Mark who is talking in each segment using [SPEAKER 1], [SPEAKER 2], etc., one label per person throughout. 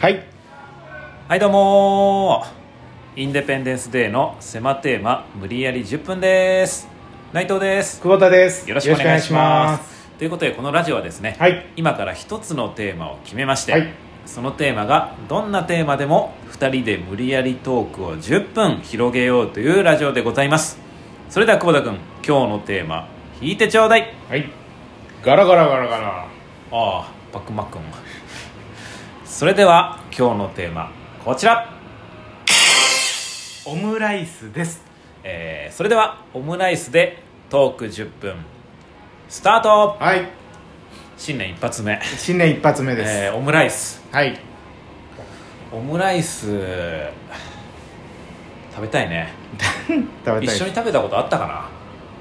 [SPEAKER 1] はい
[SPEAKER 2] はいどうもーインデペンデンスデーの狭テーマ無理やり10分です内藤です
[SPEAKER 1] 久保田です
[SPEAKER 2] よろしくお願いしま
[SPEAKER 1] よろしくお願いします
[SPEAKER 2] ということでこのラジオはですね、
[SPEAKER 1] はい
[SPEAKER 2] 今から一つのテーマを決めまして、
[SPEAKER 1] はい
[SPEAKER 2] そのテーマがどんなテーマでも2人で無理やりトークを10分広げようというラジオでございますそれでは久保田君今日のテーマ引いてちょうだい
[SPEAKER 1] はいガラガラガラガラ
[SPEAKER 2] ああパックンマックンそれでは今日のテーマこちら
[SPEAKER 1] オムライスです
[SPEAKER 2] えーそれではオムライスでトーク10分スタート
[SPEAKER 1] はい
[SPEAKER 2] 新年一発目、
[SPEAKER 1] 新年一発目です、
[SPEAKER 2] えーオムライス
[SPEAKER 1] はい
[SPEAKER 2] オムライス食べたいね
[SPEAKER 1] 食べたい
[SPEAKER 2] 一緒に食べたことあったか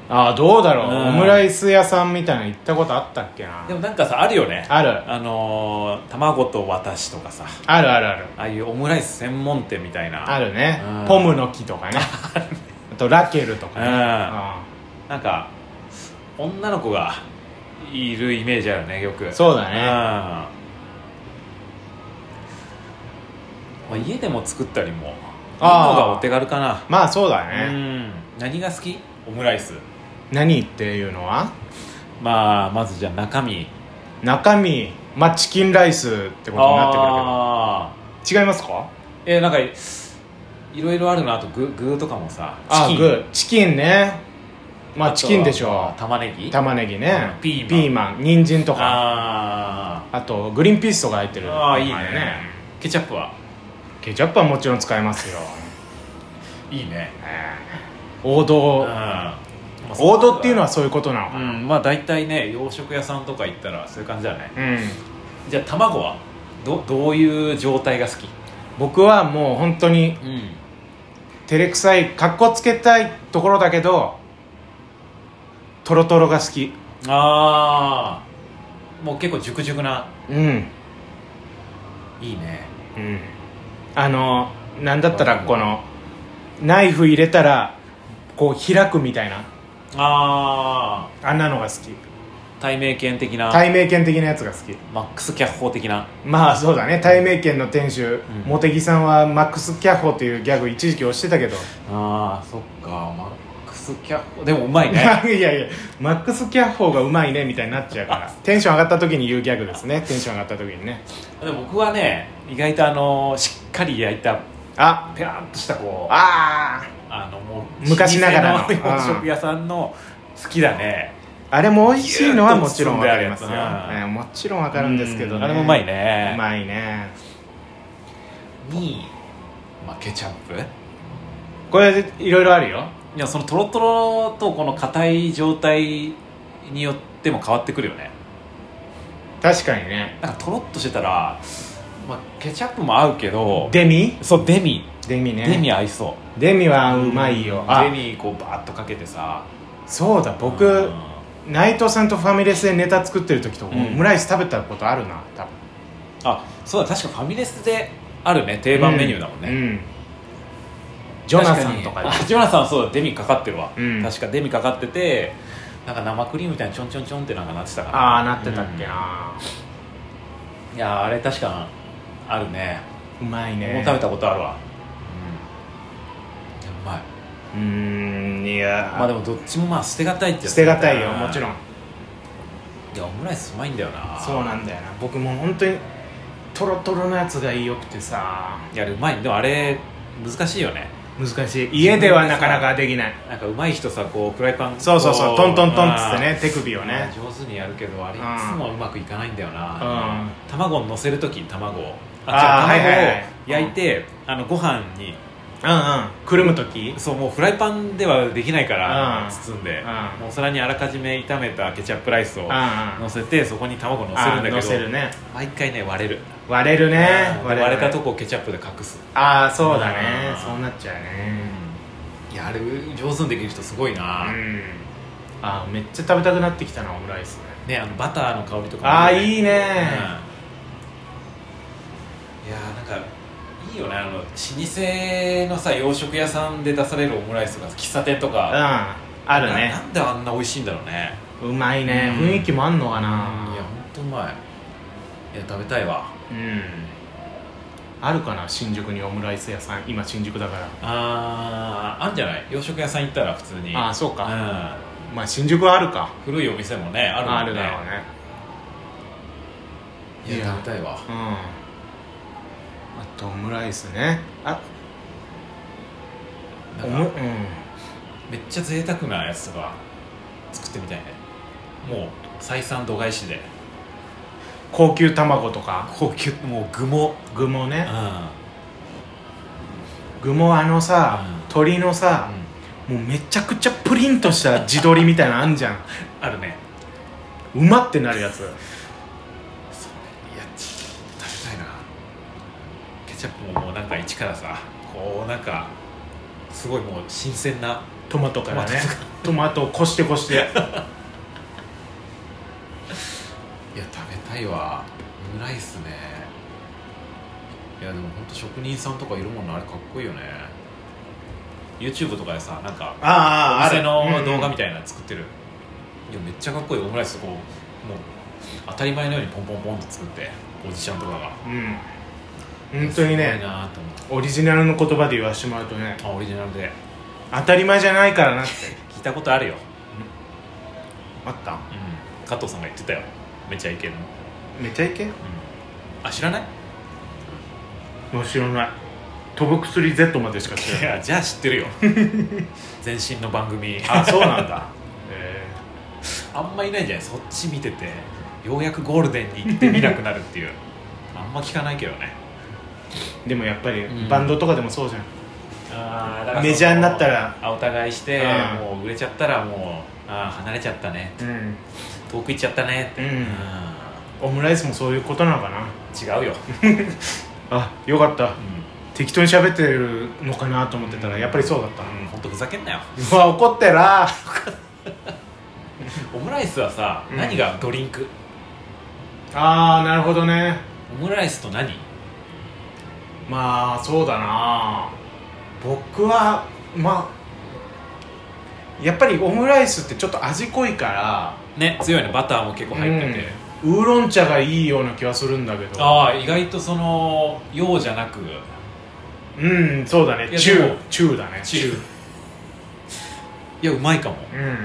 [SPEAKER 1] ああどうだろう、
[SPEAKER 2] うん
[SPEAKER 1] オムライス屋さんみたいなの行ったことあったっけな
[SPEAKER 2] なでもなんかさあるよね
[SPEAKER 1] ある
[SPEAKER 2] あのー卵と私とかさ
[SPEAKER 1] あるあるある
[SPEAKER 2] ああいうオムライス専門店みたいな
[SPEAKER 1] あるね
[SPEAKER 2] うん
[SPEAKER 1] ポムの木とか ねあとラケルとかね
[SPEAKER 2] うん
[SPEAKER 1] あ
[SPEAKER 2] なんか女の子がいるイメージあるねよく
[SPEAKER 1] そうだね
[SPEAKER 2] んまあ、家でも作ったりもいいの
[SPEAKER 1] あー
[SPEAKER 2] がお手軽かな
[SPEAKER 1] まあそうだ
[SPEAKER 2] う
[SPEAKER 1] ね、
[SPEAKER 2] ん何が好きオムライス
[SPEAKER 1] 何っていうのは
[SPEAKER 2] まあまずじゃあ中身
[SPEAKER 1] 中身まあチキンライスってことになってく
[SPEAKER 2] あ
[SPEAKER 1] るけど違いますか
[SPEAKER 2] ーえなんかいろいろあるなあと具具とかもさ
[SPEAKER 1] あ
[SPEAKER 2] チキン
[SPEAKER 1] グーチキンねまあ
[SPEAKER 2] とは
[SPEAKER 1] チキンでしょ
[SPEAKER 2] 玉ねぎ
[SPEAKER 1] 玉ねぎね
[SPEAKER 2] うんピーマン
[SPEAKER 1] マン人参とか
[SPEAKER 2] あ
[SPEAKER 1] あとグリーンピースとか入って
[SPEAKER 2] ー
[SPEAKER 1] る
[SPEAKER 2] あーいいね
[SPEAKER 1] とか
[SPEAKER 2] ケチャップは
[SPEAKER 1] ケチャップはもちろん使えますよ
[SPEAKER 2] いいね
[SPEAKER 1] 王
[SPEAKER 2] うん
[SPEAKER 1] 道
[SPEAKER 2] まあ
[SPEAKER 1] 王道っていうのはそういうことなの
[SPEAKER 2] う
[SPEAKER 1] かな、
[SPEAKER 2] んまあ大体ね洋食屋さんとか行ったらそういう感じだね
[SPEAKER 1] うん
[SPEAKER 2] じゃあ卵はどどういう状態が好き
[SPEAKER 1] 僕はもう本当に
[SPEAKER 2] うん
[SPEAKER 1] 照れくさいかっこつけたいところだけどトロトロが好き
[SPEAKER 2] ああもう結構熟熟な
[SPEAKER 1] うん
[SPEAKER 2] いいね
[SPEAKER 1] うんあのなんだったらこのナイフ入れたらこう開くみたいな
[SPEAKER 2] ああ
[SPEAKER 1] あんなのが好き
[SPEAKER 2] 対面犬的な
[SPEAKER 1] 対名犬的なやつが好き
[SPEAKER 2] マックス脚法的な
[SPEAKER 1] まあそうだね対名犬の店主、
[SPEAKER 2] ん
[SPEAKER 1] 茂木さんはマックスキャッホというギャグ一時期押してたけど、
[SPEAKER 2] ああそっかマックス脚法でもうまい ね
[SPEAKER 1] いやいやマックスキャッホがうまいねみたいになっちゃう からテンション上がった時に言うギャグですねテンション上がった時にね
[SPEAKER 2] でも僕はね意外とあのーしっかり焼いた
[SPEAKER 1] あ
[SPEAKER 2] ペラッとしたこうあ
[SPEAKER 1] あ
[SPEAKER 2] のもう
[SPEAKER 1] 昔ながらの
[SPEAKER 2] 老舗洋食屋さんの好きだね
[SPEAKER 1] ーあれも美味しいのはもちろん分かりますよ、
[SPEAKER 2] ギューッと包んであるやつ
[SPEAKER 1] ねもちろん分かるんですけど、ね、
[SPEAKER 2] うんあれもうまいね
[SPEAKER 1] うまいね
[SPEAKER 2] にまあ、ケチャップい
[SPEAKER 1] これいろいろあるよ
[SPEAKER 2] やそのトロトロとこの硬い状態によっても変わってくるよね
[SPEAKER 1] 確かにね
[SPEAKER 2] なんかトロっとしてたら、まあ、ケチャップも合うけど
[SPEAKER 1] デミ
[SPEAKER 2] そうデミ、
[SPEAKER 1] デミね
[SPEAKER 2] デミ合いそう
[SPEAKER 1] デミはうまいよ、あ
[SPEAKER 2] デミこうバーッとかけてさ
[SPEAKER 1] そうだ僕、
[SPEAKER 2] うん
[SPEAKER 1] 内藤さんとファミレスでネタ作ってる時とか、
[SPEAKER 2] うん
[SPEAKER 1] オムライス食べたことあるな多分
[SPEAKER 2] あそうだ確かファミレスであるね定番メニューだもんね、
[SPEAKER 1] うんうんジョナサンとか
[SPEAKER 2] 確にあジョナサンそうだデミかかってるわ、
[SPEAKER 1] うん
[SPEAKER 2] 確かデミかかっててなんか生クリームみたいにちょんちょんちょんってなんかなってたから
[SPEAKER 1] ああなってたっけな、
[SPEAKER 2] いやーあれ確かあるね
[SPEAKER 1] うまい
[SPEAKER 2] もう
[SPEAKER 1] ね
[SPEAKER 2] 食べたことあるわ、うん、うまいう
[SPEAKER 1] ーんいや
[SPEAKER 2] まあでもどっちもまあ捨てがたいってやつ
[SPEAKER 1] 捨てがたいよもちろ
[SPEAKER 2] ん
[SPEAKER 1] ん
[SPEAKER 2] いやオムライスうまいんだよな
[SPEAKER 1] そうなんだよな僕もう本当にトロトロのやつがよくてさ
[SPEAKER 2] いやあれうまいでもあれ難しいよね
[SPEAKER 1] 難しい家ではなかなかできない
[SPEAKER 2] なんかうまい人さこうフライパン
[SPEAKER 1] そうそうそう
[SPEAKER 2] こ
[SPEAKER 1] トントントンっつってね手首を
[SPEAKER 2] うん
[SPEAKER 1] ね
[SPEAKER 2] 上手にやるけどあれい
[SPEAKER 1] うん
[SPEAKER 2] つもうまくいかないんだよ
[SPEAKER 1] う
[SPEAKER 2] なん卵を乗せる時に卵を
[SPEAKER 1] あー
[SPEAKER 2] あ
[SPEAKER 1] は
[SPEAKER 2] 違
[SPEAKER 1] いうはいは
[SPEAKER 2] 卵
[SPEAKER 1] い
[SPEAKER 2] を焼いてあのご飯に
[SPEAKER 1] うんうんくるむ時
[SPEAKER 2] そうもうフライパンではできないから
[SPEAKER 1] うん
[SPEAKER 2] 包んで
[SPEAKER 1] うん
[SPEAKER 2] もうお皿にあらかじめ炒めたケチャップライス
[SPEAKER 1] う
[SPEAKER 2] を
[SPEAKER 1] んうん
[SPEAKER 2] 乗せてそこに卵乗せるんだ
[SPEAKER 1] あ
[SPEAKER 2] けど
[SPEAKER 1] 乗せるね
[SPEAKER 2] 毎回ね割れる
[SPEAKER 1] 割れるね
[SPEAKER 2] 割れ
[SPEAKER 1] るね
[SPEAKER 2] たとこをケチャップで隠す
[SPEAKER 1] ああそうだね
[SPEAKER 2] うん
[SPEAKER 1] そうなっちゃうね
[SPEAKER 2] いやあれ上手にできる人すごいな、
[SPEAKER 1] うんあーめっちゃ食べたくなってきたなオムライスね
[SPEAKER 2] ねあのバターの香りとか
[SPEAKER 1] ああ
[SPEAKER 2] も
[SPEAKER 1] いい
[SPEAKER 2] うんい
[SPEAKER 1] ね
[SPEAKER 2] やーなんかいいよねあの老舗のさ洋食屋さんで出されるオムライスが喫茶店と
[SPEAKER 1] うん
[SPEAKER 2] か
[SPEAKER 1] ある
[SPEAKER 2] な
[SPEAKER 1] ね
[SPEAKER 2] なんであんな美味しいんだろうね
[SPEAKER 1] うまいね
[SPEAKER 2] うん
[SPEAKER 1] 雰囲気もあんのか
[SPEAKER 2] いや
[SPEAKER 1] な
[SPEAKER 2] ほんとうまいいや食べたいわ
[SPEAKER 1] うんあるかな新宿にオムライス屋さん今新宿だから
[SPEAKER 2] あーあんじゃない洋食屋さん行ったら普通に
[SPEAKER 1] ああそうか、
[SPEAKER 2] か、
[SPEAKER 1] まあ新宿はあるか
[SPEAKER 2] うん、古いお店もねあるもん
[SPEAKER 1] あ
[SPEAKER 2] ね
[SPEAKER 1] るだろうね
[SPEAKER 2] いや
[SPEAKER 1] いや
[SPEAKER 2] 食べたいわ
[SPEAKER 1] うんあとオムライスねあ
[SPEAKER 2] な
[SPEAKER 1] オ
[SPEAKER 2] ん
[SPEAKER 1] ムう
[SPEAKER 2] か
[SPEAKER 1] ん
[SPEAKER 2] めっちゃ贅沢なやつとか作ってみたいねもう採算度外視で
[SPEAKER 1] 高級卵とか
[SPEAKER 2] 高級もう具も
[SPEAKER 1] 具も
[SPEAKER 2] うん、
[SPEAKER 1] ね具もあのさ、
[SPEAKER 2] うん
[SPEAKER 1] 鶏のさ、もうめちゃくちゃプリンとした地鶏みたいなのあんじゃん
[SPEAKER 2] あるね
[SPEAKER 1] うまってなるやつ
[SPEAKER 2] いやち食べたいなケチャップももうなんか一からさこうなんかすごいもう新鮮な
[SPEAKER 1] トマトからねトマトをこしてこして
[SPEAKER 2] いや食べたいわオムライスねいやでもほんと職人さんとかいるもんなあれかっこいいよね YouTube とかでさなんか
[SPEAKER 1] あ
[SPEAKER 2] お店の
[SPEAKER 1] うんうん
[SPEAKER 2] 動画みたいなの作ってる、いやめっちゃかっこいいオムライスこうもう当たり前のようにポンポンポンと作っておじちゃんとかが
[SPEAKER 1] うん本当に
[SPEAKER 2] すごい
[SPEAKER 1] ね
[SPEAKER 2] なと思って
[SPEAKER 1] オリジナルの言葉で言わせてもらうとね
[SPEAKER 2] あオリジナルで
[SPEAKER 1] 当たり前じゃないからなって
[SPEAKER 2] 聞いたことあるよ、
[SPEAKER 1] あった
[SPEAKER 2] うん、加藤さんが言ってたよめちゃイケの、うん、
[SPEAKER 1] めちゃいけ
[SPEAKER 2] あ知らない
[SPEAKER 1] もう知らない飛ぶ薬 Z までしか知ら
[SPEAKER 2] い
[SPEAKER 1] ない
[SPEAKER 2] やじゃあ知ってるよ 全身の番組
[SPEAKER 1] あそうなん だへ
[SPEAKER 2] あんまいないんじゃないそっち見ててようやくゴールデンに行って見なくなるって いうあんま聞かないけどね
[SPEAKER 1] えでもやっぱり
[SPEAKER 2] うん
[SPEAKER 1] バンドとかでもそうじゃん、
[SPEAKER 2] あ
[SPEAKER 1] からメジャーになったら
[SPEAKER 2] お互いして、
[SPEAKER 1] うん
[SPEAKER 2] もう売れちゃったらもうあー離れちゃったね
[SPEAKER 1] うん、
[SPEAKER 2] 遠く行っちゃったねって、
[SPEAKER 1] うん
[SPEAKER 2] うん
[SPEAKER 1] オムライスもそういうことなのかな
[SPEAKER 2] 違うよ、
[SPEAKER 1] あよかった
[SPEAKER 2] う
[SPEAKER 1] 適当に喋ってるのかなと思ってたら、
[SPEAKER 2] うん
[SPEAKER 1] やっぱりそうだった、
[SPEAKER 2] ん、ほんとふざけんなよ
[SPEAKER 1] うわ怒ってら
[SPEAKER 2] オムライスはさ、
[SPEAKER 1] うん
[SPEAKER 2] 何がドリンク
[SPEAKER 1] ああなるほどね
[SPEAKER 2] オムライスと何
[SPEAKER 1] まあそうだな僕はまあやっぱりオムライスってちょっと味濃いから
[SPEAKER 2] ね強いのバターも結構入ってて、
[SPEAKER 1] うんウーロン茶がいいような気はするんだけど
[SPEAKER 2] ああ意外とその用じゃなく
[SPEAKER 1] うんそうだ
[SPEAKER 2] い
[SPEAKER 1] ね
[SPEAKER 2] や
[SPEAKER 1] 中
[SPEAKER 2] でも
[SPEAKER 1] 中だね
[SPEAKER 2] 中いやうまいかも
[SPEAKER 1] うん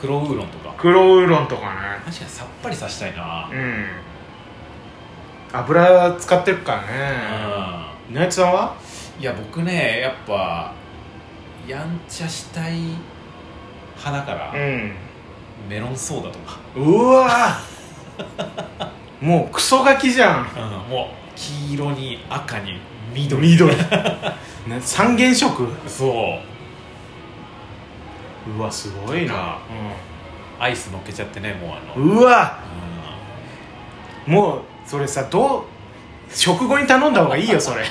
[SPEAKER 2] 黒ウーロンとか
[SPEAKER 1] 黒ウーロンとか
[SPEAKER 2] 確かにさっぱりさせたいな
[SPEAKER 1] ねうん油使ってるからね
[SPEAKER 2] う
[SPEAKER 1] ナイツさんは
[SPEAKER 2] んいや僕ねやっぱやんちゃしたい派だから、
[SPEAKER 1] ん
[SPEAKER 2] メロンソーダとか、
[SPEAKER 1] うわーもうクソガキじゃん
[SPEAKER 2] もう黄色に赤に緑
[SPEAKER 1] 緑ね三原色
[SPEAKER 2] そう
[SPEAKER 1] うわすごいな
[SPEAKER 2] か、アイス乗っけちゃってねもうあの、
[SPEAKER 1] う
[SPEAKER 2] うん
[SPEAKER 1] んうわもうそれさどう食後に頼んだ方がいいよ それ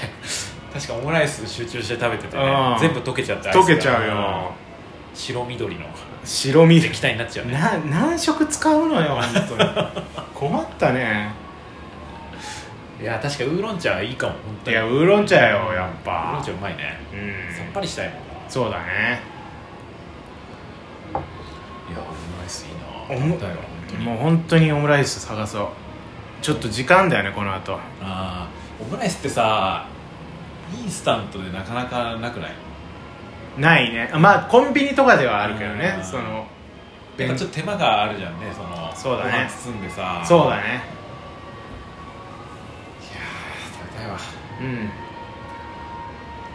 [SPEAKER 2] 確かオムライス集中して食べてて、
[SPEAKER 1] う
[SPEAKER 2] ね
[SPEAKER 1] ん、
[SPEAKER 2] 全部溶けちゃってアイスが
[SPEAKER 1] 溶けちゃうよ
[SPEAKER 2] うん白緑の
[SPEAKER 1] 白身
[SPEAKER 2] 液体になっちゃうね
[SPEAKER 1] な何色使うのよ本当に 困ったね
[SPEAKER 2] いや確かウーロン茶いいかも本
[SPEAKER 1] い
[SPEAKER 2] 当に
[SPEAKER 1] やウーロン茶よやっ
[SPEAKER 2] ウーロン
[SPEAKER 1] ぱ
[SPEAKER 2] 茶うまいね
[SPEAKER 1] う
[SPEAKER 2] さっ
[SPEAKER 1] ん
[SPEAKER 2] ぱりしたいもんな
[SPEAKER 1] そうだね
[SPEAKER 2] いやオムライスいいな
[SPEAKER 1] オム
[SPEAKER 2] 食べたいわ本当に
[SPEAKER 1] もう本当にオムライス探そうちょっと時間だよねこの後
[SPEAKER 2] あーオムライスってさインスタントでなかなかなくない
[SPEAKER 1] ないねまあコンビニとかではあるけどね
[SPEAKER 2] うん
[SPEAKER 1] その
[SPEAKER 2] やっぱちょっと手間があるじゃんねその
[SPEAKER 1] そうだね
[SPEAKER 2] ご飯包んでさ
[SPEAKER 1] そうだね
[SPEAKER 2] 食べたいわ
[SPEAKER 1] うん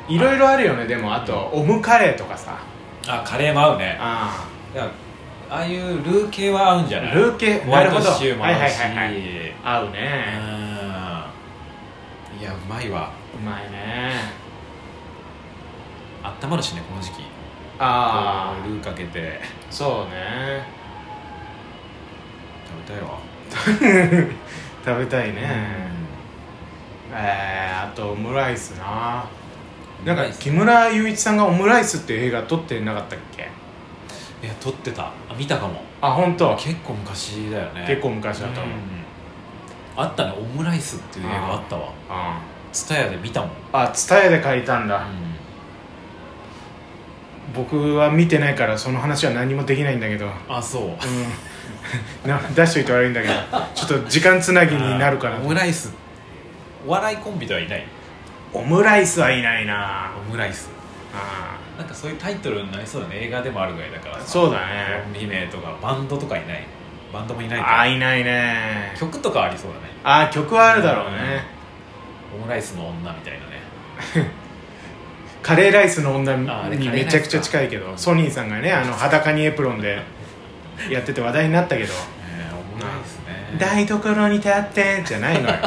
[SPEAKER 1] いろいろあるよねでもあとオムカレーとかさ
[SPEAKER 2] あカレーも合うね
[SPEAKER 1] あ
[SPEAKER 2] いやああいうルー系は合うんじゃない
[SPEAKER 1] ルー系
[SPEAKER 2] ホワイ
[SPEAKER 1] なるほ
[SPEAKER 2] ト
[SPEAKER 1] ど
[SPEAKER 2] シチューも合うし、
[SPEAKER 1] はいはいはいはあ合うね
[SPEAKER 2] うんいやうまいわ
[SPEAKER 1] うまいね
[SPEAKER 2] あったまるしねこの時期
[SPEAKER 1] あ
[SPEAKER 2] こうルーかけて
[SPEAKER 1] あ そうね
[SPEAKER 2] 食べたいわ
[SPEAKER 1] 食べたいねえーあとオムライスななんか木村雄一さんが「オムライス」っていう映画撮ってなかったっけ
[SPEAKER 2] いや撮ってたあ見たかも
[SPEAKER 1] あ本当
[SPEAKER 2] 結構昔だよね
[SPEAKER 1] 結構昔だと思う、
[SPEAKER 2] う
[SPEAKER 1] うんん、
[SPEAKER 2] あったねオムライスっていう映画あったわツタヤで見たもん、
[SPEAKER 1] あ伝えで借りたんだ、僕は見てないからその話は何もできないんだけど
[SPEAKER 2] あそう
[SPEAKER 1] うん、 な出しといて悪いんだけどちょっと時間つなぎになるか
[SPEAKER 2] あ
[SPEAKER 1] ら
[SPEAKER 2] ーオムライスお笑いコンビではいない
[SPEAKER 1] オムライスはいないな
[SPEAKER 2] オムライス
[SPEAKER 1] あ
[SPEAKER 2] なんかそういうタイトルになりそうだね映画でもあるぐらいだから
[SPEAKER 1] ー
[SPEAKER 2] さ
[SPEAKER 1] そうだね
[SPEAKER 2] コンビ名とかバンドとかいないバンドもいない
[SPEAKER 1] あ
[SPEAKER 2] か
[SPEAKER 1] ーいないね
[SPEAKER 2] 曲とかありそうだね
[SPEAKER 1] あー曲はあるだろうね
[SPEAKER 2] オムライスの女みたいなね
[SPEAKER 1] カレーライスの女
[SPEAKER 2] あーあれ
[SPEAKER 1] にめちゃくちゃ近いけ
[SPEAKER 2] カレーラ
[SPEAKER 1] ど
[SPEAKER 2] イスか
[SPEAKER 1] ソニーさんがねあの裸にエプロンでやってて話題になったけど
[SPEAKER 2] えーオムライスね
[SPEAKER 1] 「台所に立って」じゃないのよ
[SPEAKER 2] エ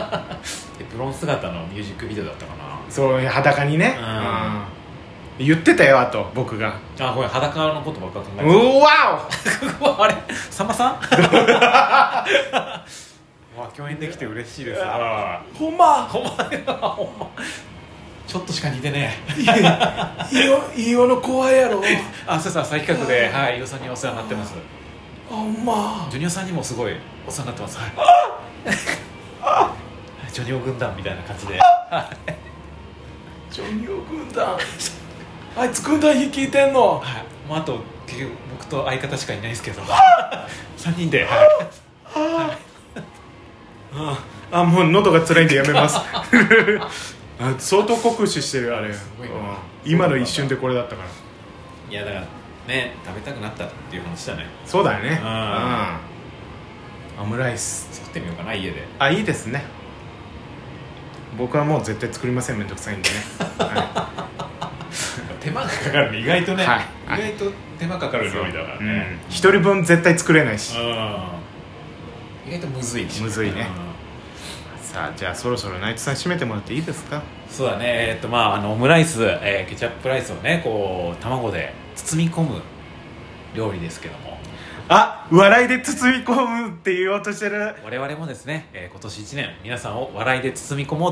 [SPEAKER 2] プロン姿のミュージックビデオだったかな
[SPEAKER 1] そう裸にね、
[SPEAKER 2] うん
[SPEAKER 1] うん言ってたよあと僕が
[SPEAKER 2] あこれ裸のことばっか考
[SPEAKER 1] 「
[SPEAKER 2] えて
[SPEAKER 1] うわ
[SPEAKER 2] たう わあれさんまさんわ共演できて嬉しいですあ
[SPEAKER 1] おほんま
[SPEAKER 2] ほんまやほんまちょっとしか似てねえ
[SPEAKER 1] 飯尾の後輩やろ
[SPEAKER 2] あそうそう再企画で はい飯尾さんにお世話になってます
[SPEAKER 1] ほんま
[SPEAKER 2] ジュニアさんにもすごいお世話になってますはいジョニオ軍団みたいな感じで
[SPEAKER 1] ジョニオ軍団あいつ軍団率いてんの
[SPEAKER 2] はい、もうあと結局僕と相方しかいないで すけど3人で、は
[SPEAKER 1] ああもう喉が辛いんでやめます あ相当酷使してるあれ、
[SPEAKER 2] ごいな
[SPEAKER 1] うん今の一瞬でこれだったから
[SPEAKER 2] い、いやだからね食べたくなったっていう話だね
[SPEAKER 1] そうだよねうん
[SPEAKER 2] あ
[SPEAKER 1] オムライス
[SPEAKER 2] 作ってみようかな家で
[SPEAKER 1] あいいですね僕はもう絶対作りませんめんどくさいんでね、は
[SPEAKER 2] 手間がかかるね意外とね、
[SPEAKER 1] はい
[SPEAKER 2] 意外と手間かか
[SPEAKER 1] い、
[SPEAKER 2] る料理だからね
[SPEAKER 1] うん一、人分絶対作れないし
[SPEAKER 2] うん意外とむずいし
[SPEAKER 1] むずいねさあじゃあそろそろ内藤さん締めてもらっていいですか
[SPEAKER 2] うんそうだねえーっとまああのオムライス、えーケチャップライスをねこう卵で包み込む料理ですけども
[SPEAKER 1] あ笑いで包み込むって言おうとしてる
[SPEAKER 2] 我々もですね、えー今年1年皆さんを笑いで包み込もう